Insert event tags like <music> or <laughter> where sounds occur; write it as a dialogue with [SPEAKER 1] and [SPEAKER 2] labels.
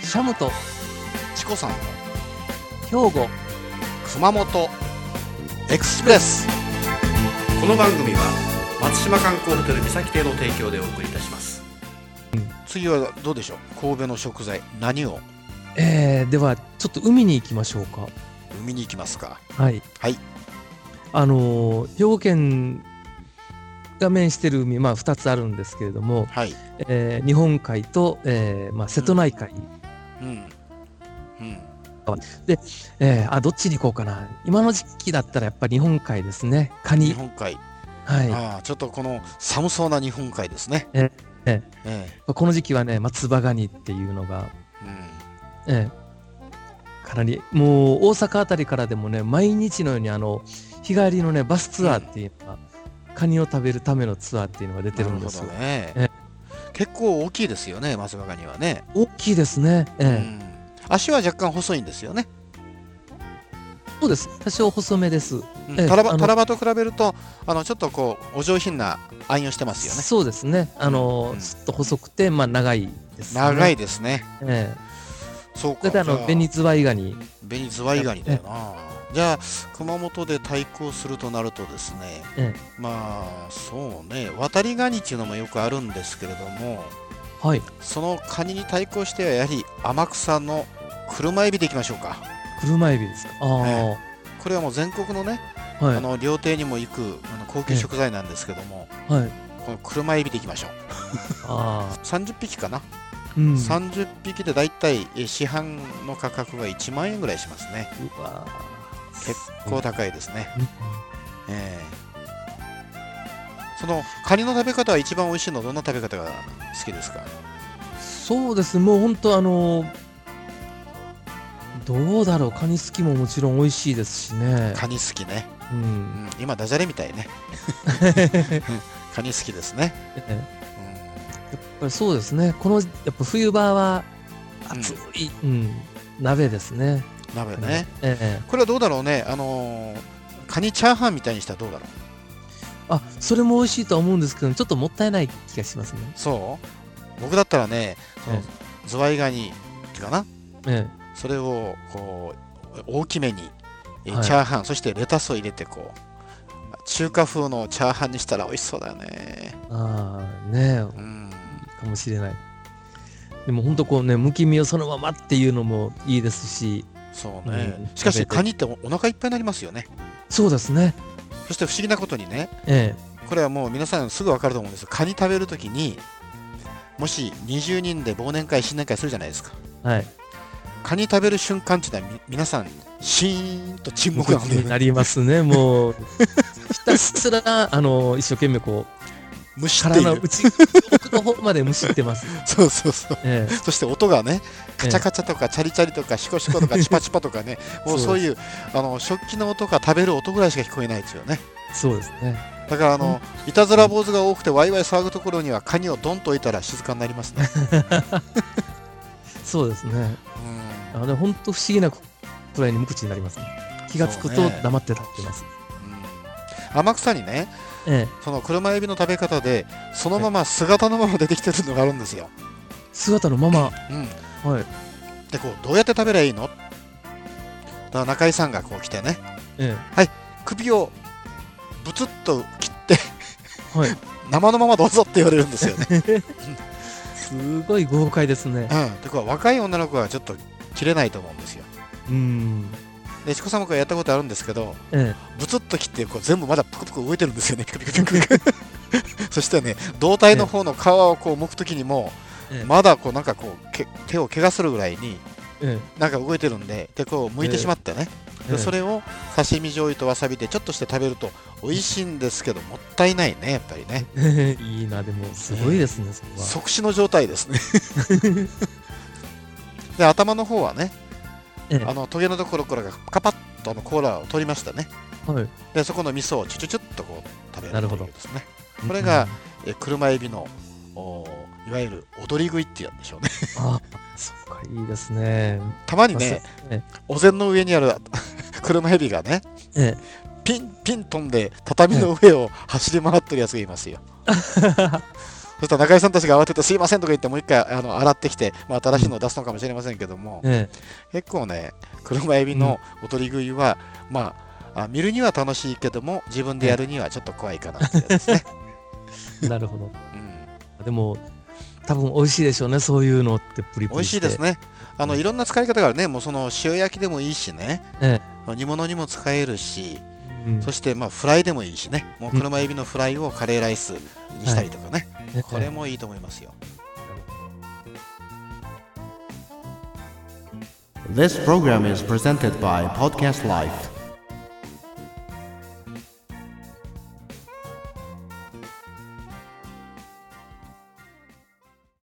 [SPEAKER 1] 久本
[SPEAKER 2] チコさんの
[SPEAKER 1] 兵庫
[SPEAKER 2] 熊本エクスプレスこの番組は松島観光ホテル三崎亭の提供でお送りいたします、次はどうでしょう神戸の食材何を
[SPEAKER 1] えー、ではちょっと海に行きましょうか
[SPEAKER 2] 見に行きますか
[SPEAKER 1] はい
[SPEAKER 2] はい
[SPEAKER 1] あのー兵庫県が面してる海、まあ、2つあるんですけれども、
[SPEAKER 2] はい
[SPEAKER 1] えー日本海と、えーまあ、瀬戸内海、
[SPEAKER 2] うんうん
[SPEAKER 1] えーあどっちに行こうかな今の時期だったらやっぱり日本海ですねカ
[SPEAKER 2] 日
[SPEAKER 1] ニ
[SPEAKER 2] 本海、
[SPEAKER 1] はい
[SPEAKER 2] ああちょっとこの寒そうな日本海ですね
[SPEAKER 1] ええ
[SPEAKER 2] え
[SPEAKER 1] この時期はね松葉ガニっていうのが、
[SPEAKER 2] えうん
[SPEAKER 1] えーかなりもう大阪あたりからでもね毎日のようにあの日帰りのねバスツアーっていうのが、カニを食べるためのツアーっていうのが出てるんですよ、
[SPEAKER 2] なほどね、
[SPEAKER 1] え
[SPEAKER 2] 結構大きいですよね松葉ガニはね、
[SPEAKER 1] 大きいですねえ
[SPEAKER 2] う
[SPEAKER 1] ー
[SPEAKER 2] ん、足は若干細いんですよね、
[SPEAKER 1] そうです多少細めです
[SPEAKER 2] うん
[SPEAKER 1] ええ
[SPEAKER 2] タラバ
[SPEAKER 1] あの
[SPEAKER 2] タラバと比べるとあのちょっとこうお上品な暗喩してますよね
[SPEAKER 1] そうですね。あの、
[SPEAKER 2] うん
[SPEAKER 1] ちょっと細くて、まあ、長いです、ね。
[SPEAKER 2] 長い
[SPEAKER 1] え
[SPEAKER 2] ですね
[SPEAKER 1] え
[SPEAKER 2] そうか
[SPEAKER 1] だって、あ
[SPEAKER 2] じゃ
[SPEAKER 1] の、ベニズワイガニ。
[SPEAKER 2] 紅ズワイガニだよなじゃあ熊本で対抗するとなるとですね、
[SPEAKER 1] え
[SPEAKER 2] まあそうね渡りガニっていうのもよくあるんですけれども
[SPEAKER 1] はい。
[SPEAKER 2] そのカニに対抗してはやはり天草の車エビでいきましょうか
[SPEAKER 1] 車エビですか。ああ、
[SPEAKER 2] えこれはもう全国のね
[SPEAKER 1] はい
[SPEAKER 2] あ。の料亭にも行くあの高級食材なんですけども、
[SPEAKER 1] はい。
[SPEAKER 2] この車エビでいきましょう
[SPEAKER 1] ああ。
[SPEAKER 2] 30匹かな、
[SPEAKER 1] うん。
[SPEAKER 2] 30匹でだいたいえ市販の価格が1万円ぐらいしますね
[SPEAKER 1] うわ
[SPEAKER 2] 結構高いですね、
[SPEAKER 1] うん
[SPEAKER 2] ええそのカニの食べ方は一番美味しいのはどんな食べ方が好きですか
[SPEAKER 1] そうです。もう、本当、あの。どうだろう。カニ好きももちろん美味しいですしね。
[SPEAKER 2] カニ好きね、
[SPEAKER 1] う。
[SPEAKER 2] うんん、今ダジャレみたいねカニ好きですね、
[SPEAKER 1] ええやっぱりそうですね。この、やっぱ冬場は。暑い、うん。鍋ですね。
[SPEAKER 2] うん、鍋ね、
[SPEAKER 1] ええ。
[SPEAKER 2] これはどうだろうねあのーカニチャーハンみたいにしたらどうだろう
[SPEAKER 1] あそれも美味しいとは思うんですけどちょっともったいない気がしますね。
[SPEAKER 2] そう僕だったらねその
[SPEAKER 1] え
[SPEAKER 2] ズワイガニっていうかな
[SPEAKER 1] え
[SPEAKER 2] それをこう大きめにえ
[SPEAKER 1] はい
[SPEAKER 2] チャーハン、そしてレタスを入れてこう中華風のチャーハンにしたら美味しそうだよね
[SPEAKER 1] え、ああね
[SPEAKER 2] うん
[SPEAKER 1] えかもしれない。でも本当こうねむき身をそのままっていうのもいいですし
[SPEAKER 2] そうね、
[SPEAKER 1] うん
[SPEAKER 2] しかし
[SPEAKER 1] 食べて
[SPEAKER 2] カニっておお腹いっぱいになりますよね
[SPEAKER 1] そうですね。
[SPEAKER 2] そして不思議なことにね
[SPEAKER 1] え
[SPEAKER 2] これはもう皆さんすぐ分かると思うんですカニ食べるときにもし20人で忘年会新年会するじゃないですか
[SPEAKER 1] えはい。
[SPEAKER 2] カニ食べる瞬間っていうのはみ皆さんシーンと沈黙なんだよ
[SPEAKER 1] に
[SPEAKER 2] ね
[SPEAKER 1] なりますねもうひたすらあの一生懸命こう
[SPEAKER 2] 蒸しってい
[SPEAKER 1] 体の
[SPEAKER 2] う
[SPEAKER 1] 内奥の方までむしってます。
[SPEAKER 2] そうそうそう
[SPEAKER 1] え
[SPEAKER 2] そして音がねカチャ
[SPEAKER 1] え
[SPEAKER 2] カチャとかチャリチャリとかシコシコとかチパチパとか
[SPEAKER 1] <laughs>
[SPEAKER 2] ねもうそういうあの食器の音か食べる音ぐらいしか聞こえないですよね
[SPEAKER 1] えそうですね。
[SPEAKER 2] だからあのいたずら坊主が多くてワイワイ騒ぐところにはカニをドンと置いたら静かになります
[SPEAKER 1] <laughs>
[SPEAKER 2] ね
[SPEAKER 1] そうですね。
[SPEAKER 2] うん
[SPEAKER 1] あの本当不思議なくらいに無口になりますね。気がつく
[SPEAKER 2] そ
[SPEAKER 1] と
[SPEAKER 2] うね
[SPEAKER 1] 黙って立ってます。
[SPEAKER 2] うん天草にね
[SPEAKER 1] ええ
[SPEAKER 2] その車エビの食べ方でそのまま姿のまま出てきてるのがあるんですよ、
[SPEAKER 1] 姿のまま
[SPEAKER 2] うん、
[SPEAKER 1] はい。
[SPEAKER 2] でこうどうやって食べりゃいいのだから中井さんがこう来てね
[SPEAKER 1] え
[SPEAKER 2] 首をブツッと切って
[SPEAKER 1] え、はい。
[SPEAKER 2] 生のままどうぞって言われるんで
[SPEAKER 1] <laughs>
[SPEAKER 2] すよね
[SPEAKER 1] すごい豪快ですね。
[SPEAKER 2] うん、でこれ若い女の子はちょっと切れないと思うんですよ。
[SPEAKER 1] うん。
[SPEAKER 2] で、チコさんもこれやったことあるんですけど、
[SPEAKER 1] え
[SPEAKER 2] ブツッと切ってこう全部まだプクプク動いてるんで
[SPEAKER 1] <laughs>
[SPEAKER 2] すよね、ピクピクピクピク。そしてね、胴体の方の皮をこう剥くときにも
[SPEAKER 1] ええ、
[SPEAKER 2] まだこうなんかこうけ手を怪我するぐらいに
[SPEAKER 1] え、え
[SPEAKER 2] なんか動いてるんで、でこう剥いてしまってね、
[SPEAKER 1] え、
[SPEAKER 2] でそ
[SPEAKER 1] れ。
[SPEAKER 2] れを刺身醤油とわさびでちょっとして食べると美味しいんですけど、もったいないね、やっぱりね。
[SPEAKER 1] いいな、でも、すごいですね、そこは。
[SPEAKER 2] 即死の状態
[SPEAKER 1] <laughs>
[SPEAKER 2] ですね。で、頭の方はね、
[SPEAKER 1] ええ
[SPEAKER 2] あのトゲのところからがカパッとあのコーラを取りましたね
[SPEAKER 1] はい。
[SPEAKER 2] でそこの味噌をチュチュチュッとこう食べる
[SPEAKER 1] なるほ
[SPEAKER 2] とい
[SPEAKER 1] ど
[SPEAKER 2] うですねこれがえ車エビのおーいわゆる踊り食いってやんでしょうね <laughs>
[SPEAKER 1] うん。あ、そうか、いいですね。
[SPEAKER 2] たまにね
[SPEAKER 1] え
[SPEAKER 2] お膳の上にある <laughs> 車エビがね
[SPEAKER 1] え
[SPEAKER 2] ピンピン飛んで畳の上を走り回ってるやつがいますよそしたら中居さんたちが慌てて、すいませんとか言って、もう一回あの洗ってきて、まあ、新しいのを出すのかもしれませんけども、
[SPEAKER 1] え
[SPEAKER 2] 結構ね、車エビのお取り食いは、まあ、あ見るには楽しいけども、自分でやるにはちょっと怖いかなってやつですね。
[SPEAKER 1] え、なるほど。
[SPEAKER 2] <laughs> うん
[SPEAKER 1] でも、多分美味しいでしょうね、そういうのってプリプ
[SPEAKER 2] 美味
[SPEAKER 1] リ
[SPEAKER 2] し
[SPEAKER 1] し
[SPEAKER 2] い
[SPEAKER 1] て。
[SPEAKER 2] です
[SPEAKER 1] ね。
[SPEAKER 2] ね。あのいろんな使い方があるね、もうその塩焼きでもいいしね、
[SPEAKER 1] え
[SPEAKER 2] 煮物にも使えるし、
[SPEAKER 1] うん、
[SPEAKER 2] そしてまあフライでもいいしね、もう車エビのフライをカレーライスにしたりとかね、
[SPEAKER 1] ええ
[SPEAKER 2] これもいいと思いますよ。
[SPEAKER 3] This program is presented by Podcast Life.